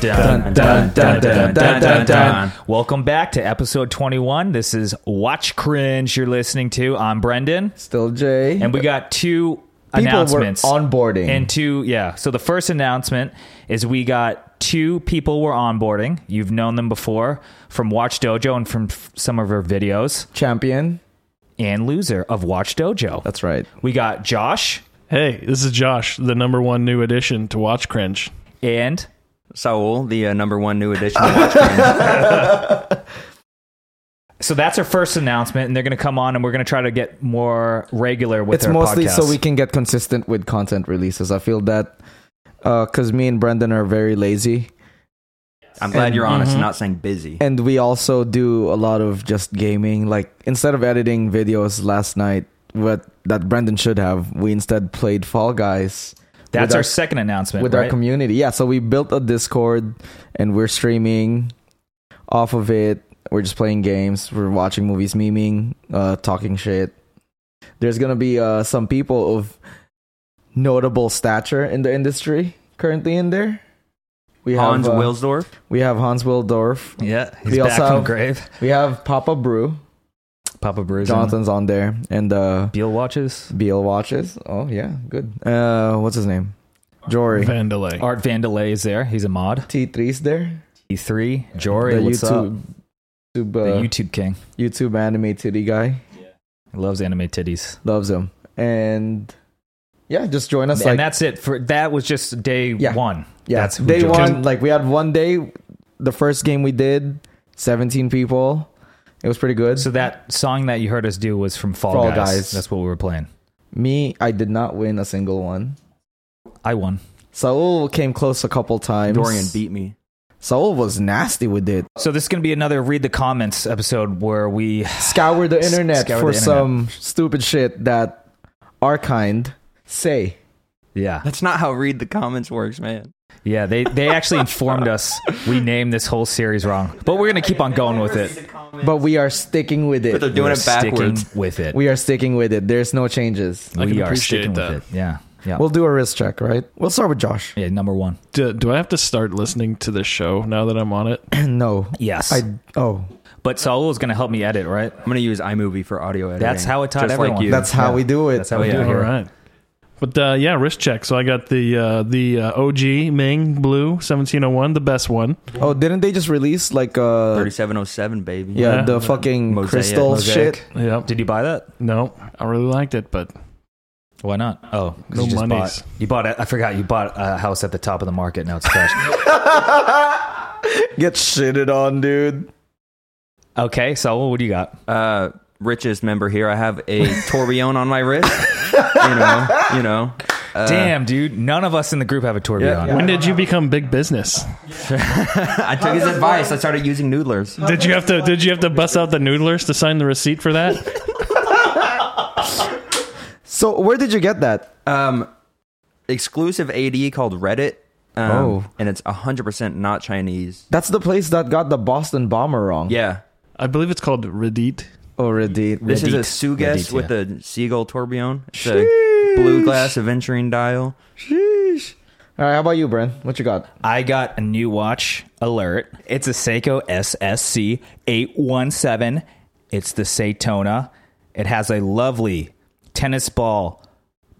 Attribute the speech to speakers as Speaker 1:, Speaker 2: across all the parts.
Speaker 1: Dun, dun, dun, dun, dun, dun, dun. Welcome back to episode 21. This is Watch Cringe you're listening to. I'm Brendan,
Speaker 2: Still Jay.
Speaker 1: and we got two
Speaker 2: people were
Speaker 1: announcements.
Speaker 2: onboarding.
Speaker 1: And two, yeah. So the first announcement is we got two people we're onboarding. You've known them before from Watch Dojo and from f- some of her videos,
Speaker 2: champion.
Speaker 1: and loser of Watch Dojo.
Speaker 2: That's right.
Speaker 1: We got Josh
Speaker 3: Hey, this is Josh, the number one new addition to Watch Cringe.
Speaker 1: and
Speaker 4: Saul, the uh, number one new edition of Watch Cringe.
Speaker 1: so that's our first announcement, and they're going to come on, and we're going to try to get more regular with
Speaker 2: it's
Speaker 1: our
Speaker 2: mostly so
Speaker 1: podcast.
Speaker 2: we can get consistent with content releases. I feel that because me and Brendan are very lazy,
Speaker 4: I'm glad you're honest and not saying busy.
Speaker 2: Mhm. and we also do a lot of just gaming. Like instead of editing videos last night, what that Brendan should have, we instead played Fall Guys.
Speaker 1: That's
Speaker 2: with
Speaker 1: our,
Speaker 2: our-
Speaker 1: second announcement
Speaker 2: with our
Speaker 1: right?
Speaker 2: community. Yeah, so we built a Discord and we're streaming off of it. We're just playing games, we're watching movies, memeing, uh, talking shit. There's gonna be uh, some people of notable stature in the industry currently in there. We have
Speaker 4: Hans
Speaker 2: uh,
Speaker 4: Wilsdorf.
Speaker 2: we have Hans Wildorf.
Speaker 1: Yeah, he's
Speaker 2: We
Speaker 1: back
Speaker 2: also
Speaker 1: from
Speaker 2: have-
Speaker 1: grave.
Speaker 2: We have Papa Brew.
Speaker 1: Papa Bruiser.
Speaker 2: Jonathan's on there, and uh,
Speaker 1: Beal watches.
Speaker 2: BL watches. Oh yeah, good. Uh, what's his name? Jory.
Speaker 3: Vandalay.
Speaker 1: Art Vandelay is there. He's a mod.
Speaker 2: T3's there.
Speaker 1: E3. E Jory,
Speaker 2: the
Speaker 1: what's up?
Speaker 2: YouTube. YouTube,
Speaker 1: The
Speaker 2: uh,
Speaker 1: YouTube king.
Speaker 2: YouTube anime titty guy.
Speaker 1: Loves anime titties.
Speaker 2: Loves him. And yeah, just join us.
Speaker 1: and
Speaker 2: like
Speaker 1: that's it. For That was just day
Speaker 2: Yeah.
Speaker 1: one.
Speaker 2: yeah,
Speaker 1: that's who
Speaker 2: day
Speaker 1: joined.
Speaker 2: one. Like we had one day. The first game we did, seventeen people. It was pretty good.
Speaker 1: So that song that you heard us do was from Fall,
Speaker 2: Fall
Speaker 1: Guys.
Speaker 2: Guys.
Speaker 1: That's what we were playing.
Speaker 2: Me, I did not win a single one.
Speaker 1: I won.
Speaker 2: Saul came close a couple times.
Speaker 4: Dorian beat me.
Speaker 2: Saul was nasty with it.
Speaker 1: So this is going to be another Read the Comments episode where we...
Speaker 2: Scour the internet
Speaker 1: scour
Speaker 2: for
Speaker 1: the internet.
Speaker 2: some stupid shit that our kind say.
Speaker 1: Yeah.
Speaker 4: That's not how read the comments works, man.
Speaker 1: Yeah, they, they actually informed us we named this whole series wrong. But we're going to keep on going with it.
Speaker 2: But we are sticking with
Speaker 4: But they're
Speaker 2: it.
Speaker 4: doing
Speaker 1: We're
Speaker 4: it backwards.
Speaker 1: Sticking with it.
Speaker 2: We are sticking with it. There's no changes.
Speaker 3: I can
Speaker 1: we are
Speaker 3: appreciate
Speaker 1: sticking
Speaker 3: that.
Speaker 1: with it. Yeah. Yeah.
Speaker 2: We'll do a wrist check, right? We'll start with Josh.
Speaker 1: yeah, number one.
Speaker 3: Do, do I have to start listening to this show now that I'm on it?
Speaker 2: no.
Speaker 1: Yes.
Speaker 2: I oh.
Speaker 1: But Saul is going to help me edit, right?
Speaker 4: I'm gonna use iMovie for audio editing.
Speaker 1: That's how it taught
Speaker 4: Just
Speaker 1: everyone.
Speaker 4: Like you.
Speaker 2: That's how
Speaker 1: Yeah.
Speaker 2: we do it.
Speaker 1: That's how we do it
Speaker 3: All
Speaker 1: here.
Speaker 3: right. But uh, yeah, wrist check. So I got the uh, the uh, OG Ming Blue 1701, the best one.
Speaker 2: oh, didn't they just release like uh
Speaker 4: 3707, baby.
Speaker 2: yeah,
Speaker 3: Yeah.
Speaker 2: the fucking
Speaker 4: Mosaic.
Speaker 2: crystal
Speaker 1: Mosaic.
Speaker 2: shit?
Speaker 3: Yep.
Speaker 1: Did you buy that?
Speaker 3: No, I really liked it, but
Speaker 1: Why not? Oh, 'cause
Speaker 3: No
Speaker 1: you just
Speaker 3: monies.
Speaker 1: bought. You bought. A, I forgot. You bought a house at the top of the market. Now it's trash.
Speaker 2: Get shitted on, dude.
Speaker 1: okay, Saul, what do you got?
Speaker 4: Uh, richest member here. I have a tourbillon on my wrist. you know. You know. Uh,
Speaker 1: Damn, dude. None of us in the group have a tourbillon.
Speaker 4: Yeah.
Speaker 3: when did you become big business?
Speaker 4: I took his advice. I started using noodlers.
Speaker 3: Did you have to did you have to bust out the noodlers to sign the receipt for that?
Speaker 2: So where did you get that?
Speaker 4: Um, exclusive AD called Reddit. Um,
Speaker 2: Oh.
Speaker 4: and it's 100% not Chinese.
Speaker 2: That's the place that got the Boston bomber wrong. Oh,
Speaker 4: Yeah.
Speaker 3: I believe it's called Reddit.
Speaker 2: Already.
Speaker 4: This is a
Speaker 1: Reddit.
Speaker 4: Suges
Speaker 1: Reddit,
Speaker 4: with
Speaker 1: yeah.
Speaker 4: a seagull tourbillon. It's a blue glass aventurine dial.
Speaker 2: Sheesh. All right, how about you, Bren? What you got?
Speaker 1: I got a new watch alert. It's a Seiko SSC 817. It's the Saytona. It has a lovely tennis ball,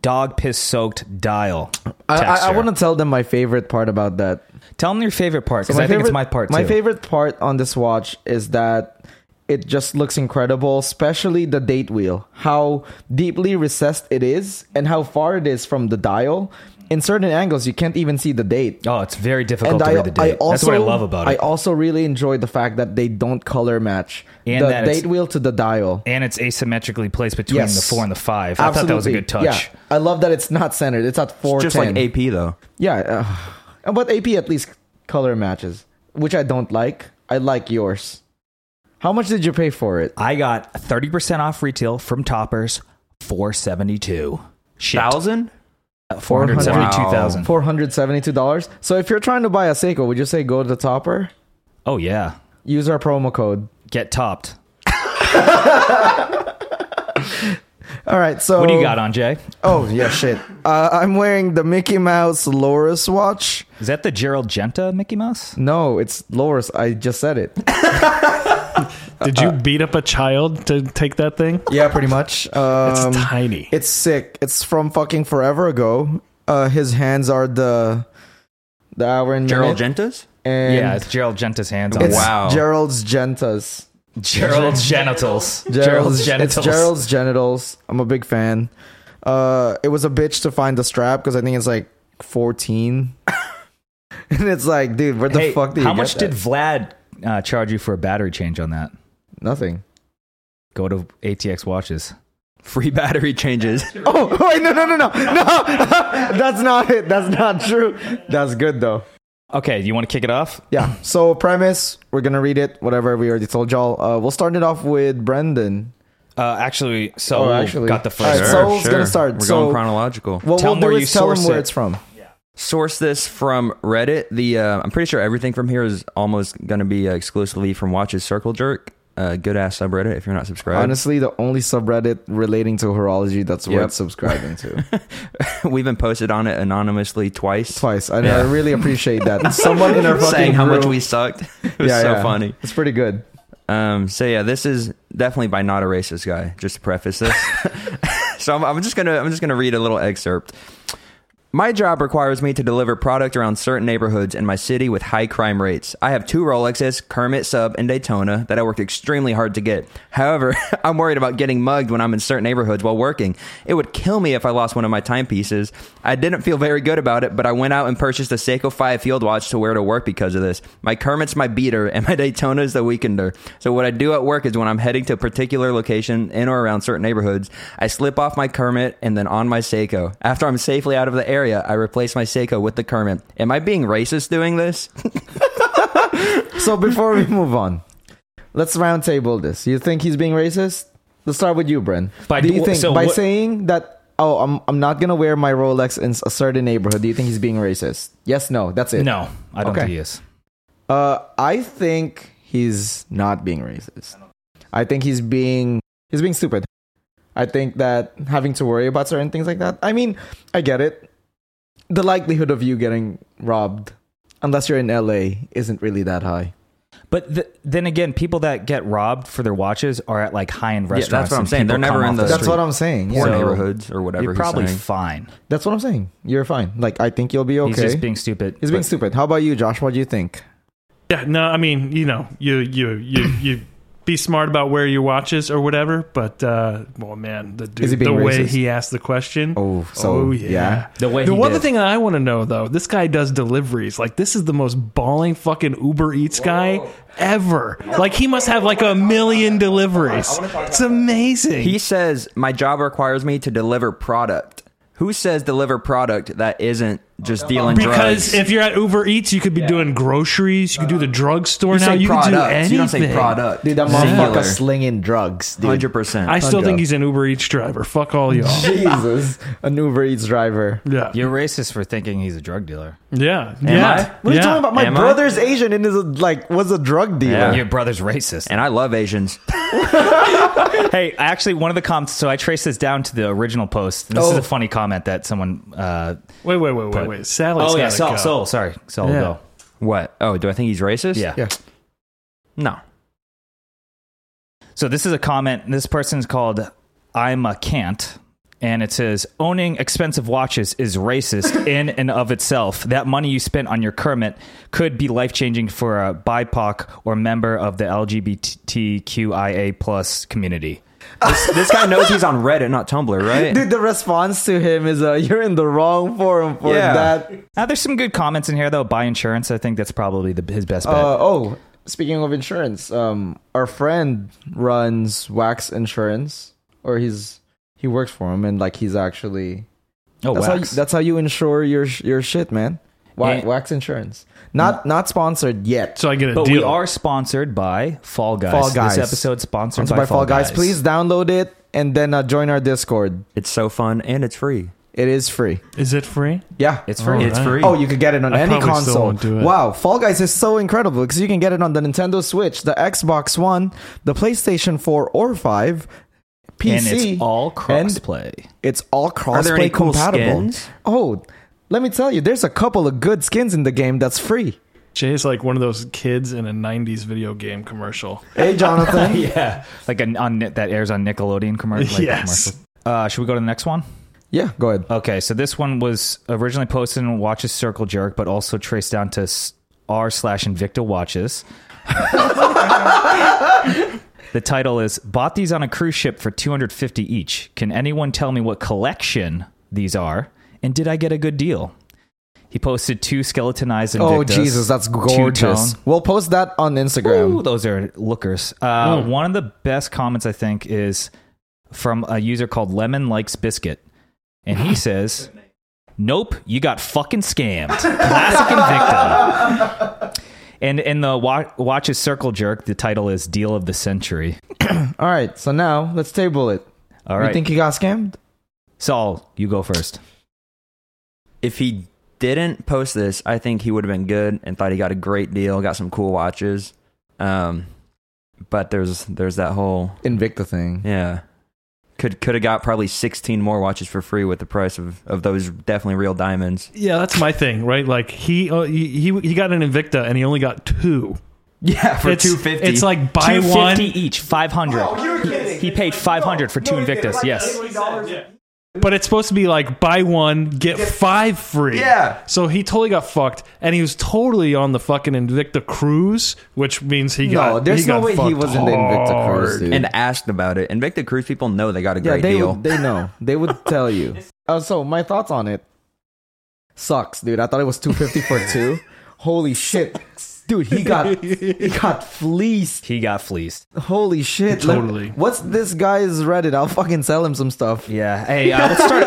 Speaker 1: dog piss soaked dial.
Speaker 2: I, I, I
Speaker 1: texture.
Speaker 2: want to tell them my favorite part about that.
Speaker 1: tell them your favorite part because
Speaker 2: my
Speaker 1: I think it's
Speaker 2: favorite-
Speaker 1: my part.
Speaker 2: My
Speaker 1: too.
Speaker 2: favorite part on this watch is that it just looks incredible, especially the date wheel. How deeply recessed it is, and how far it is from the dial. In certain angles, you can't even see the date.
Speaker 1: Oh, it's very difficult
Speaker 2: And
Speaker 1: to
Speaker 2: I,
Speaker 1: read the
Speaker 2: I
Speaker 1: date.
Speaker 2: also
Speaker 1: That's what I love about
Speaker 2: I
Speaker 1: it.
Speaker 2: also really enjoy the fact that they don't color match
Speaker 1: And
Speaker 2: the
Speaker 1: that it's-
Speaker 2: date wheel to the dial.
Speaker 1: and it's asymmetrically placed between
Speaker 2: Yes.
Speaker 1: the four and the five. I thought that was a good touch.
Speaker 2: Yeah, I love that it's not centered. It's at four.
Speaker 4: Just like AP, though.
Speaker 2: Yeah, uh, but AP at least color matches, which I don't like. I like yours. How much did you pay for it?
Speaker 1: I got 30% off retail from Toppers, 472. Shit.
Speaker 4: Thousand?
Speaker 1: Uh, 472,000.
Speaker 2: Four hundred seventy-two dollars. So if you're trying to buy a Seiko, would you say go to the Topper?
Speaker 1: Oh yeah.
Speaker 2: Use our promo code.
Speaker 1: Get topped.
Speaker 2: All right, so
Speaker 1: What do you got on, Jay?
Speaker 2: Oh yeah, shit. Uh, I'm wearing the Mickey Mouse Loris watch.
Speaker 1: Is that the Gerald Genta Mickey Mouse?
Speaker 2: No, it's Loris. I just said it.
Speaker 3: Did you beat up a child to take that thing?
Speaker 2: Yeah, pretty much.
Speaker 3: It's
Speaker 2: Um,
Speaker 3: tiny.
Speaker 2: It's sick. It's from fucking forever ago. Uh, his hands are the the hour and
Speaker 4: Gerald
Speaker 2: minute,
Speaker 4: Gentas?
Speaker 2: and
Speaker 1: yeah, it's Gerald Genta's hands on
Speaker 2: it's
Speaker 1: it.
Speaker 4: Wow.
Speaker 2: Gerald's gentas.
Speaker 1: Gerald's genitals.
Speaker 2: Gerald's,
Speaker 1: Gerald's genitals.
Speaker 2: It's Gerald's genitals. I'm a big fan. Uh, it was a bitch to find the strap because I think it's like 14. and it's like, dude, where the
Speaker 1: Hey,
Speaker 2: fuck did
Speaker 1: how
Speaker 2: you
Speaker 1: much
Speaker 2: get
Speaker 1: did
Speaker 2: that?
Speaker 1: Vlad uh, charge you for a battery change on that?
Speaker 2: nothing?
Speaker 1: Go to ATX watches.
Speaker 4: Free battery changes.
Speaker 2: Oh wait, no, no, no, no, no. That's not it. That's not true. That's good though.
Speaker 1: Okay, you want to kick it off?
Speaker 2: Yeah. So premise, we're gonna read it. Whatever we already told y'all. Uh, we'll start it off with Brendan.
Speaker 1: Uh, actually, so
Speaker 2: Oh, actually.
Speaker 1: got the
Speaker 2: All
Speaker 1: first.
Speaker 2: right, Soul's gonna start.
Speaker 4: We're
Speaker 2: So-
Speaker 4: going chronological.
Speaker 2: What
Speaker 1: Tell
Speaker 2: we'll
Speaker 1: him
Speaker 2: do
Speaker 1: where you
Speaker 2: is tell him
Speaker 1: source
Speaker 2: where
Speaker 1: it.
Speaker 2: it's from.
Speaker 4: Source this from Reddit. The uh, I'm pretty sure everything from here is almost going to be uh, exclusively from Watches Circle Jerk. Uh, good ass subreddit if you're not subscribed.
Speaker 2: Honestly, the only subreddit relating to horology that's
Speaker 4: Yep.
Speaker 2: worth subscribing to.
Speaker 4: We've been posted on it anonymously twice.
Speaker 2: Twice. I, I really appreciate that. Someone in our fucking
Speaker 4: saying how much
Speaker 2: group-
Speaker 4: we sucked. It was
Speaker 2: Yeah,
Speaker 4: so
Speaker 2: yeah.
Speaker 4: funny.
Speaker 2: It's pretty good.
Speaker 4: Um, so yeah, this is definitely by not a racist guy. Just to preface this, so I'm, I'm just gonna I'm just gonna read a little excerpt. My job requires me to deliver product around certain neighborhoods in my city with high crime rates. I have two Rolexes, Kermit Sub, and Daytona that I worked extremely hard to get. However, I'm worried about getting mugged when I'm in certain neighborhoods while working. It would kill me if I lost one of my timepieces. I didn't feel very good about it, but I went out and purchased a Seiko 5 field watch to wear to work because of this. My Kermit's my beater, and my Daytona's the weekender. So what I do at work is when I'm heading to a particular location in or around certain neighborhoods, I slip off my Kermit and then on my Seiko. After I'm safely out of the area, I replace my Seiko with the Kermit. Am I being racist doing this?
Speaker 2: So before we move on, let's roundtable this. You think he's being racist? Let's start with you, Bren.
Speaker 1: By-
Speaker 2: do you think
Speaker 1: so
Speaker 2: by
Speaker 1: what-
Speaker 2: saying that? Oh, I'm I'm not gonna wear my Rolex in a certain neighborhood. Do you think he's being racist? Yes, no. That's it.
Speaker 1: No, I don't
Speaker 2: Okay.
Speaker 1: think he is.
Speaker 2: Uh, I think he's not being racist. I think he's being he's being stupid. I think that having to worry about certain things like that. I mean, I get it. The likelihood of you getting robbed, unless you're in LA, isn't really that high.
Speaker 1: But th- then again, people that get robbed for their watches are at like high end
Speaker 4: Yeah, that's
Speaker 1: restaurants.
Speaker 4: what I'm
Speaker 1: and
Speaker 4: saying.
Speaker 1: people
Speaker 4: They're never
Speaker 1: come
Speaker 4: in
Speaker 1: off
Speaker 4: the
Speaker 2: That's
Speaker 4: street.
Speaker 2: what I'm saying.
Speaker 4: Poor
Speaker 2: Yeah.
Speaker 1: So-
Speaker 4: neighborhoods or whatever
Speaker 1: You're
Speaker 4: he's
Speaker 1: probably
Speaker 4: saying.
Speaker 1: fine.
Speaker 2: That's what I'm saying. You're fine. Like I think you'll be okay.
Speaker 1: He's just being stupid. but-
Speaker 2: stupid. How about you, Josh? What do you think?
Speaker 3: Yeah, no, I mean, you know, you you you you be smart about where your watch is or whatever, but uh well man, the
Speaker 2: Is he
Speaker 3: dude, the
Speaker 2: being
Speaker 3: way
Speaker 2: racist?
Speaker 3: he asked the question.
Speaker 2: Oh, so, yeah.
Speaker 1: The way
Speaker 3: the
Speaker 1: he
Speaker 3: one
Speaker 1: did.
Speaker 3: thing that I want to know though, this guy does deliveries. Like this is the most balling fucking Uber Eats guy ever. Like he must have like a million deliveries. It's amazing.
Speaker 4: He says my job requires me to deliver product. Who says deliver product that isn't just dealing
Speaker 3: because
Speaker 4: drugs?
Speaker 3: if you're at Uber Eats, you could be doing groceries, you could do the drugstore
Speaker 4: you
Speaker 3: now,
Speaker 4: say
Speaker 3: you could
Speaker 4: product,
Speaker 3: do
Speaker 4: you
Speaker 3: anything.
Speaker 4: don't say product.
Speaker 2: Dude, that
Speaker 4: Singular.
Speaker 2: motherfucker slinging drugs, dude.
Speaker 4: Hundred percent.
Speaker 3: I still
Speaker 2: Okay.
Speaker 3: think he's an Uber Eats driver. Fuck all y'all.
Speaker 2: Jesus, an Uber Eats driver.
Speaker 3: Yeah.
Speaker 1: You're racist for thinking he's a drug dealer.
Speaker 3: Yeah.
Speaker 4: I?
Speaker 3: yeah.
Speaker 2: What are
Speaker 3: Yeah.
Speaker 2: you talking about? My
Speaker 4: Am I?
Speaker 2: brother's Asian and is a, like was a drug dealer.
Speaker 1: Your brother's racist.
Speaker 4: And I love Asians.
Speaker 1: hey, I actually one of the comments. So I traced this down to the original post. This
Speaker 2: Oh.
Speaker 1: is a funny comment that someone. Uh,
Speaker 3: Wait, wait, wait, wait,
Speaker 1: But-
Speaker 3: wait. Sally's
Speaker 1: oh yeah,
Speaker 3: gotta
Speaker 1: Saul.
Speaker 3: go.
Speaker 1: Saul, sorry, Saul.
Speaker 3: Yeah.
Speaker 1: Go.
Speaker 4: What? Oh, do I think he's racist?
Speaker 1: Yeah.
Speaker 2: Yeah.
Speaker 4: No.
Speaker 1: So this is a comment. This person's called I'm a can't. And it says, owning expensive watches is racist in and of itself. That money you spent on your Kermit could be life changing for a BIPOC or member of the LGBTQIA plus community.
Speaker 4: This, this guy knows he's on Reddit, not Tumblr, right?
Speaker 2: Dude, the response to him is, uh, "You're in the wrong forum for
Speaker 4: Yeah.
Speaker 2: that."
Speaker 1: Now, Uh, there's some good comments in here, though. Buy insurance. I think that's probably the, his best bet.
Speaker 2: Uh, oh, speaking of insurance, um, our friend runs Wax Insurance, or he's he works for him, and like he's actually
Speaker 1: oh, wax.
Speaker 2: that's how you, that's how you insure your sh- your shit, man. Wa-
Speaker 1: And-
Speaker 2: wax Insurance, not not sponsored yet.
Speaker 3: So I get a
Speaker 1: but
Speaker 3: deal.
Speaker 1: we are sponsored by Fall Guys.
Speaker 2: Fall Guys.
Speaker 1: This episode sponsored
Speaker 2: Sponsored
Speaker 1: by, Fall Guys.
Speaker 2: Please download it and then uh, join our Discord.
Speaker 4: It's so fun and it's free.
Speaker 2: It is free.
Speaker 3: Is it free?
Speaker 2: Yeah.
Speaker 1: It's free.
Speaker 3: It's free.
Speaker 2: Oh, you could get it on
Speaker 3: I
Speaker 2: any
Speaker 3: probably still
Speaker 2: console.
Speaker 3: won't do it.
Speaker 2: Wow, Fall Guys is so incredible because you can get it on the Nintendo Switch, the Xbox One, the PlayStation 4 or 5, PC,
Speaker 1: and it's all crossplay.
Speaker 2: it's all
Speaker 4: Are there any
Speaker 2: crossplay
Speaker 4: cool
Speaker 2: compatible.
Speaker 4: skins?
Speaker 2: Oh, let me tell you, there's a couple of good skins in the game that's free.
Speaker 3: Jay's like one of those kids in a '90s video game commercial.
Speaker 2: Hey, Jonathan.
Speaker 1: yeah, like an, on that airs on Nickelodeon commercial. like
Speaker 3: Yes.
Speaker 1: commercial. Uh, should we go to the next one?
Speaker 2: Yeah, go ahead.
Speaker 1: Okay, so this one was originally posted in Watches Circle Jerk, but also traced down to s- r slash Invicta Watches. the title is "Bought these on a cruise ship for 250 each. Can anyone tell me what collection these are? And did I get a good deal?" He posted two skeletonized Invictas.
Speaker 2: Oh, Jesus, that's gorgeous.
Speaker 1: two-tone.
Speaker 2: We'll post that on Instagram. Hmm.
Speaker 1: Ooh, those are lookers. Uh, One of the best comments I think is from a user called Lemon Likes Biscuit, and he says, "Nope, you got fucking scammed." Classic Invicta. And in the wa- Watches Circle Jerk, the title is "Deal of the Century."
Speaker 2: All right, so now let's table it.
Speaker 1: All
Speaker 2: you
Speaker 1: right,
Speaker 2: think he got scammed?
Speaker 1: Saul, you go first.
Speaker 4: If he didn't post this, I think he would have been good and thought he got a great deal, got some cool watches. Um, but there's there's that whole
Speaker 2: Invicta thing.
Speaker 4: yeah. Could could have got probably 16 more watches for free with the price of, of those definitely real diamonds.
Speaker 3: Yeah, that's my thing, right? Like he uh, he he he got an Invicta and he only got two.
Speaker 4: Yeah, for
Speaker 3: it's, It's like buy
Speaker 1: two
Speaker 3: one,
Speaker 1: fifty each, five hundred.
Speaker 2: Oh,
Speaker 1: he paid five hundred for two Invictas. yes.
Speaker 3: but it's supposed to be like buy one get, five free.
Speaker 4: Yeah.
Speaker 3: So he totally got fucked, and he was totally on the fucking Invicta cruise, which means he got.
Speaker 2: No, there's
Speaker 3: he
Speaker 2: no
Speaker 3: got
Speaker 2: way he
Speaker 3: fucked
Speaker 2: was in the Invicta cruise,
Speaker 3: hard.
Speaker 2: dude.
Speaker 4: and asked about it. And Victor Cruz people know they got a
Speaker 2: yeah,
Speaker 4: great
Speaker 2: they
Speaker 4: deal.
Speaker 2: would, they know. They would tell you. Uh, so my thoughts on it sucks, dude. I thought it was 250 for two. Holy shit. Dude, he got he got fleeced.
Speaker 1: He got fleeced.
Speaker 2: Holy shit. Let-
Speaker 3: Totally.
Speaker 2: what's this guy's Reddit? I'll fucking sell him some stuff.
Speaker 1: Yeah. Hey, uh, let's start.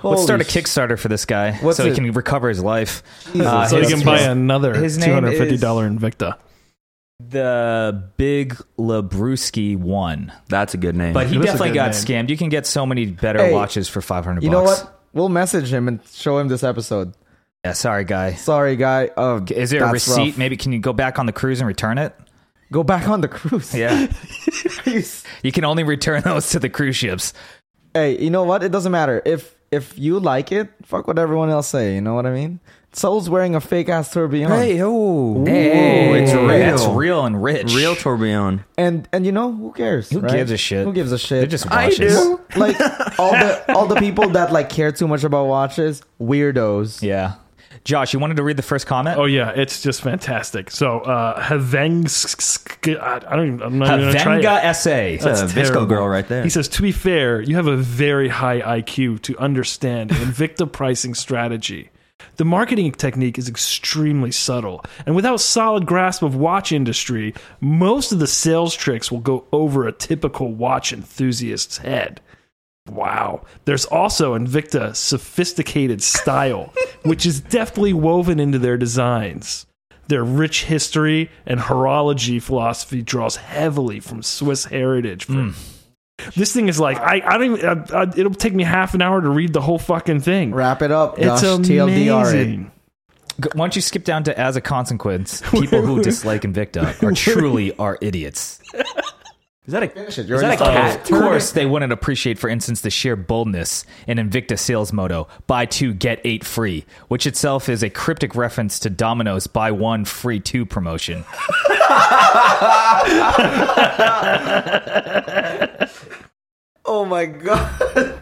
Speaker 2: Holy
Speaker 1: Let's start a
Speaker 2: shit.
Speaker 1: Kickstarter for this guy
Speaker 2: What's
Speaker 1: so
Speaker 2: it?
Speaker 1: he can recover his life. Uh,
Speaker 3: So
Speaker 1: his-
Speaker 3: he can buy
Speaker 1: his-
Speaker 3: another
Speaker 1: his
Speaker 3: two
Speaker 1: name
Speaker 3: hundred fifty
Speaker 1: is-
Speaker 3: dollar Invicta.
Speaker 1: The Big Labrewski one,
Speaker 4: That's a good name.
Speaker 1: but he
Speaker 3: That's a
Speaker 1: definitely
Speaker 3: good
Speaker 1: got
Speaker 3: name.
Speaker 1: scammed. You can get so many better
Speaker 2: Hey,
Speaker 1: watches for five hundred.
Speaker 2: You know
Speaker 1: bucks.
Speaker 2: what? We'll message him and show him this episode.
Speaker 1: Yeah, sorry, guy.
Speaker 2: Sorry, guy. Uh,
Speaker 1: Is there a
Speaker 2: that's
Speaker 1: receipt?
Speaker 2: rough.
Speaker 1: Maybe can you go back on the cruise and return it?
Speaker 2: Go back on the cruise.
Speaker 1: Yeah,
Speaker 2: Please.
Speaker 1: you can only return those to the cruise ships.
Speaker 2: hey, you know what? It doesn't matter. If if you like it, fuck what everyone else say. You know what I mean? Soul's wearing a fake ass tourbillon.
Speaker 4: oh,
Speaker 1: it's
Speaker 4: it's real.
Speaker 1: That's real and rich.
Speaker 4: Real tourbillon.
Speaker 2: And and you know who cares?
Speaker 1: Who
Speaker 2: right?
Speaker 1: gives a shit?
Speaker 2: Who gives a shit?
Speaker 1: They're just
Speaker 4: I
Speaker 1: watches.
Speaker 4: do.
Speaker 2: like all the all the people that like care too much about watches, weirdos.
Speaker 1: Yeah. Josh, you wanted to read the first comment.
Speaker 3: Oh yeah, it's just fantastic. So uh Haveng I I don't even I'm not even gonna try it.
Speaker 1: Havenga essay.
Speaker 4: That's a Visco
Speaker 3: terrible.
Speaker 4: girl right there.
Speaker 3: He says, to be fair, you have a very high IQ to understand Invicta pricing strategy. The marketing technique is extremely subtle, and without solid grasp of watch industry, most of the sales tricks will go over a typical watch enthusiast's head. Wow. There's also Invicta sophisticated style, which is deftly woven into their designs. Their rich history and horology philosophy draws heavily from Swiss heritage. This thing is like I, I don't even. I, I, it'll take me half an hour to read the whole fucking thing.
Speaker 2: Wrap it up.
Speaker 3: It's
Speaker 2: Josh, TLDR it.
Speaker 3: amazing.
Speaker 1: G- Why don't you skip down to as a consequence, people who dislike Invicta are truly are idiots. Is that a,
Speaker 2: Shit, you
Speaker 1: is that a
Speaker 2: already
Speaker 1: cat?
Speaker 2: started.
Speaker 1: Of course, they wouldn't appreciate, for instance, the sheer boldness in Invicta sales motto buy two, get eight free, which itself is a cryptic reference to Domino's buy one, free two promotion.
Speaker 2: Oh my god.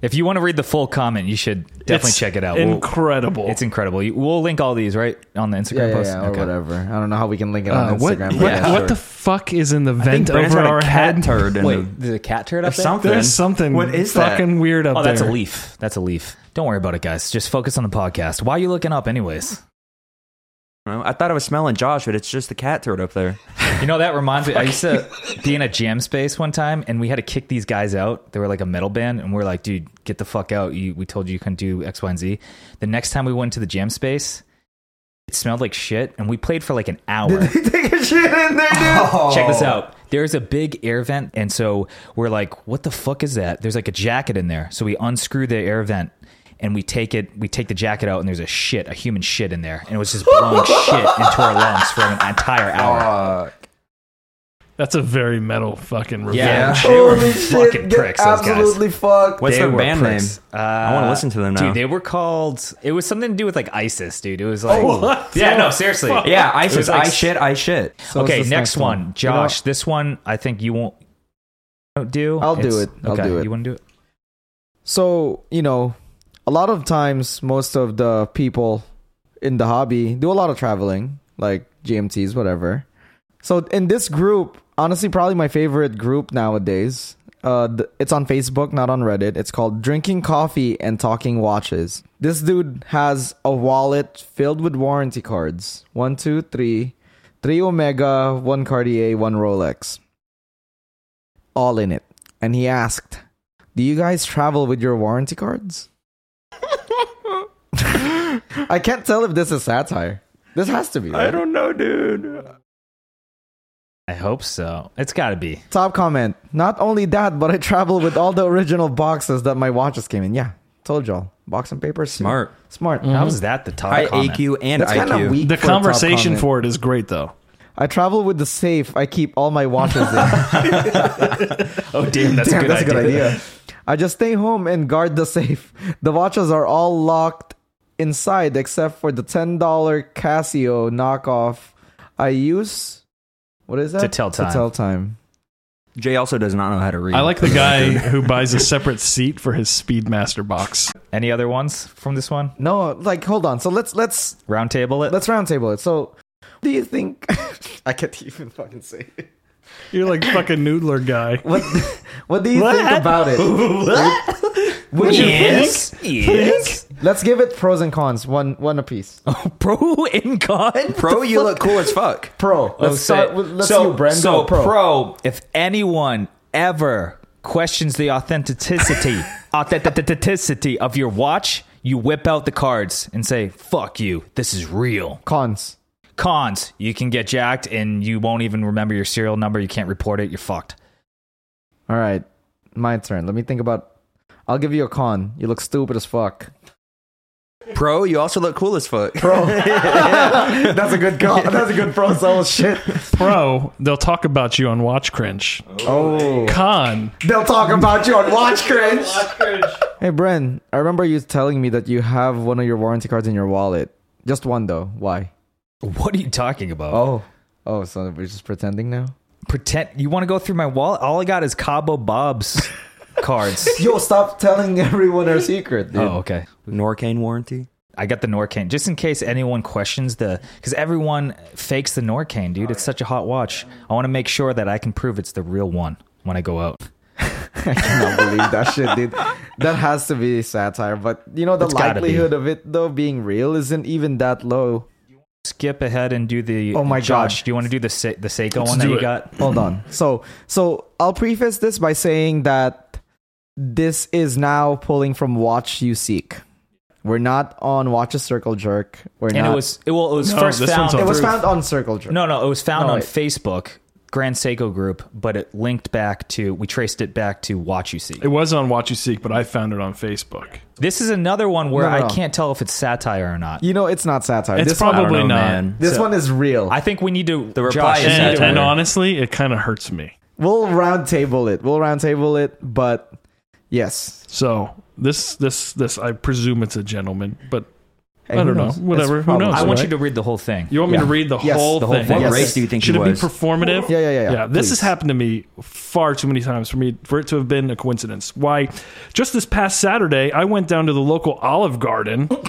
Speaker 1: If you want to read the full comment, you should definitely
Speaker 3: It's
Speaker 1: check it out. We'll-
Speaker 3: Incredible.
Speaker 1: it's incredible. You- We'll link all these, right? On the Instagram
Speaker 2: Yeah, yeah,
Speaker 1: post?
Speaker 2: yeah, or
Speaker 1: Okay.
Speaker 2: whatever. I don't know how we can link it
Speaker 3: Uh,
Speaker 2: on
Speaker 3: what
Speaker 2: Instagram.
Speaker 3: what,
Speaker 2: but yeah,
Speaker 3: what
Speaker 2: sure.
Speaker 3: the fuck is in the
Speaker 4: I think
Speaker 3: vent
Speaker 4: Brandon's
Speaker 3: over
Speaker 4: got a
Speaker 3: our
Speaker 4: cat
Speaker 3: head?
Speaker 4: turd in
Speaker 1: Wait,
Speaker 4: the-
Speaker 1: there's a cat turd up
Speaker 4: or
Speaker 1: there?
Speaker 4: something.
Speaker 3: There's something
Speaker 4: What is that?
Speaker 3: fucking weird up
Speaker 1: Oh,
Speaker 3: there.
Speaker 1: that's a leaf. That's a leaf. Don't worry about it, guys. Just focus on the podcast. Why are you looking up, anyways?
Speaker 4: I don't know. I thought I was smelling Josh, but it's just the cat turd up there.
Speaker 1: You know, that reminds me. I used to be in a jam space one time, and we had to kick these guys out. They were like a metal band, and we are like, dude, get the fuck out. You, we told you you couldn't do X, Y, and Z. The next time we went to the jam space, it smelled like shit, and we played for like an hour.
Speaker 2: Take a shit in there, dude.
Speaker 1: Oh, Check this out. There's a big air vent, and so we're like, "What the fuck is that?" There's like a jacket in there, so we unscrew the air vent. And we take it, we take the jacket out, and there's a shit, a human shit in there, and it was just blowing shit into our lungs for an entire hour.
Speaker 4: Uh,
Speaker 3: That's a very metal fucking revenge.
Speaker 1: Yeah. They were
Speaker 2: Holy shit!
Speaker 1: fucking
Speaker 2: get
Speaker 1: pricks, those guys.
Speaker 2: absolutely fucked.
Speaker 4: What's
Speaker 1: They
Speaker 4: their
Speaker 1: were
Speaker 4: band
Speaker 1: pricks. Uh,
Speaker 4: name? I want to listen to them now.
Speaker 1: Dude, they were called. It was something to do with like ISIS, dude. It was
Speaker 2: Oh,
Speaker 1: like, yeah, no, seriously,
Speaker 4: yeah, I
Speaker 1: It was
Speaker 4: shit,
Speaker 1: like-
Speaker 4: I shit, I shit.
Speaker 2: So what's
Speaker 1: okay,
Speaker 2: this
Speaker 1: next, one, Josh. this one, I think you won't don't do.
Speaker 2: I'll do it. I'll
Speaker 1: okay,
Speaker 2: do it.
Speaker 1: You want to do it?
Speaker 2: So you know, a lot of times, most of the people in the hobby do a lot of traveling, like GMTs, whatever. So in this group, honestly, probably my favorite group nowadays. Uh, th- it's on Facebook, not on Reddit. It's called Drinking Coffee and Talking Watches. This dude has a wallet filled with warranty cards. One, two, three, three Omega, one Cartier, one Rolex. All in it. And he asked, "Do you guys travel with your warranty cards?" I can't tell if this is satire. This has to be. Right?
Speaker 4: don't know, dude.
Speaker 1: I hope so. It's got to be.
Speaker 2: Top comment. Not only that, but I travel with all the original boxes that my watches came in. Yeah, told y'all. Box and paper. suit.
Speaker 4: Smart.
Speaker 2: Smart.
Speaker 1: How was that the top
Speaker 4: High
Speaker 1: comment?
Speaker 4: AQ and
Speaker 2: That's kind
Speaker 4: IQ.
Speaker 2: of weak.
Speaker 3: Mm-hmm. The
Speaker 2: for a top
Speaker 3: conversation
Speaker 2: comment.
Speaker 3: for it is great though.
Speaker 2: I travel with the safe. I keep all my watches in.
Speaker 1: Oh damn, that's
Speaker 2: Damn,
Speaker 1: a good idea.
Speaker 2: that's a good idea. I just stay home and guard the safe. The watches are all locked inside except for the ten dollar Casio knockoff. I use what is that
Speaker 1: To tell time.
Speaker 2: To tell time.
Speaker 4: Jay also does not know how to read.
Speaker 3: I like the guy who buys a separate seat for his Speedmaster box.
Speaker 1: Any other ones from this one?
Speaker 2: No, like hold on. So let's let's
Speaker 1: Round table it.
Speaker 2: let's roundtable it. So do you think I can't even fucking say it.
Speaker 3: You're like fucking noodler guy.
Speaker 2: what what do you think about it? Would you-
Speaker 1: yes, yes.
Speaker 2: Let's give it pros and cons, one one apiece.
Speaker 1: Pro and con.
Speaker 4: Pro, you look cool as fuck.
Speaker 2: Pro. Let's
Speaker 1: Oh,
Speaker 2: start
Speaker 1: shit.
Speaker 2: with let's
Speaker 1: so,
Speaker 2: you, Brando.
Speaker 1: So
Speaker 2: pro.
Speaker 1: if anyone ever questions the authenticity authenticity of your watch, you whip out the cards and say, "Fuck you, this is real."
Speaker 2: Cons.
Speaker 1: Cons: You can get jacked and you won't even remember your serial number. You can't report it. You're fucked.
Speaker 2: All right, my turn. Let me think about. I'll give you a con. You look stupid as fuck.
Speaker 4: Pro, you also look cool as fuck.
Speaker 2: That's a good con. That's a good pro soul shit.
Speaker 3: Pro, they'll talk about you on Watch Cringe.
Speaker 2: Oh,
Speaker 3: Con,
Speaker 2: they'll talk about you on Watch Cringe. hey, Bren, I remember you telling me that you have one of your warranty cards in your wallet. Just one though. Why?
Speaker 1: What are you talking about?
Speaker 2: Oh, oh, so we're just pretending now.
Speaker 1: Pretend you want to go through my wallet. All I got is Cabo Bob's cards.
Speaker 2: Yo, stop telling everyone our secret, dude.
Speaker 1: Oh, okay.
Speaker 4: Norcane warranty.
Speaker 1: I got the Norcan just in case anyone questions the because everyone fakes the Norcan, dude. it's such a hot watch. I want to make sure that I can prove it's the real one when I go out.
Speaker 2: I cannot believe that shit, dude. That has to be satire, but you know the
Speaker 1: It's gotta be.
Speaker 2: likelihood of it though being real isn't even that low.
Speaker 1: Skip ahead and do the.
Speaker 2: Oh my
Speaker 1: Josh,
Speaker 2: God.
Speaker 1: do you want to do the Se- the Seiko
Speaker 3: Let's
Speaker 1: one that
Speaker 3: do
Speaker 1: you
Speaker 3: it.
Speaker 1: got?
Speaker 2: hold on. So so I'll preface this by saying that this is now pulling from Watch You Seek. We're not on Watch a Circle Jerk. We're
Speaker 1: And
Speaker 2: not.
Speaker 1: it was it, well, it was
Speaker 3: No,
Speaker 1: first
Speaker 3: this
Speaker 1: found.
Speaker 3: one's on
Speaker 2: it was
Speaker 3: Proof.
Speaker 2: found on Circle Jerk.
Speaker 1: no, no, it was found
Speaker 2: No,
Speaker 1: on
Speaker 2: wait.
Speaker 1: Facebook Grand Seiko Group, but it linked back to we traced it back to Watch You See.
Speaker 3: it was on Watch You Seek, but I found it on Facebook.
Speaker 1: This is another one where
Speaker 2: No, no,
Speaker 1: I
Speaker 2: no.
Speaker 1: can't tell if it's satire or not.
Speaker 2: You know it's not satire.
Speaker 3: It's
Speaker 2: this one,
Speaker 3: probably
Speaker 4: know,
Speaker 3: not.
Speaker 4: man.
Speaker 2: this one is real.
Speaker 1: I think we need to. The
Speaker 4: reply
Speaker 1: Josh,
Speaker 4: is
Speaker 1: you need
Speaker 3: And,
Speaker 1: to-
Speaker 4: satire.
Speaker 3: and honestly, it kind of hurts me.
Speaker 2: we'll round table it. We'll round table it. But yes,
Speaker 3: So this, this, this, I presume it's a gentleman, but
Speaker 2: Hey,
Speaker 3: I
Speaker 2: who
Speaker 3: don't know.
Speaker 2: knows?
Speaker 3: Whatever.
Speaker 2: It's
Speaker 3: Who knows?
Speaker 2: probably-
Speaker 1: I want
Speaker 3: right?
Speaker 1: you to read the whole thing.
Speaker 3: You want me
Speaker 2: Yeah.
Speaker 3: to read the
Speaker 2: Yes,
Speaker 3: whole
Speaker 2: the
Speaker 1: whole
Speaker 3: thing?
Speaker 1: thing.
Speaker 4: What
Speaker 2: Yes.
Speaker 4: race do you think
Speaker 3: Should
Speaker 4: he
Speaker 3: it be
Speaker 4: was?
Speaker 3: performative?
Speaker 2: Yeah, yeah, yeah, yeah.
Speaker 3: this has
Speaker 2: Please.
Speaker 3: happened to me far too many times for me for it to have been a coincidence. Why? Just this past Saturday, I went down to the local Olive Garden
Speaker 1: Bro,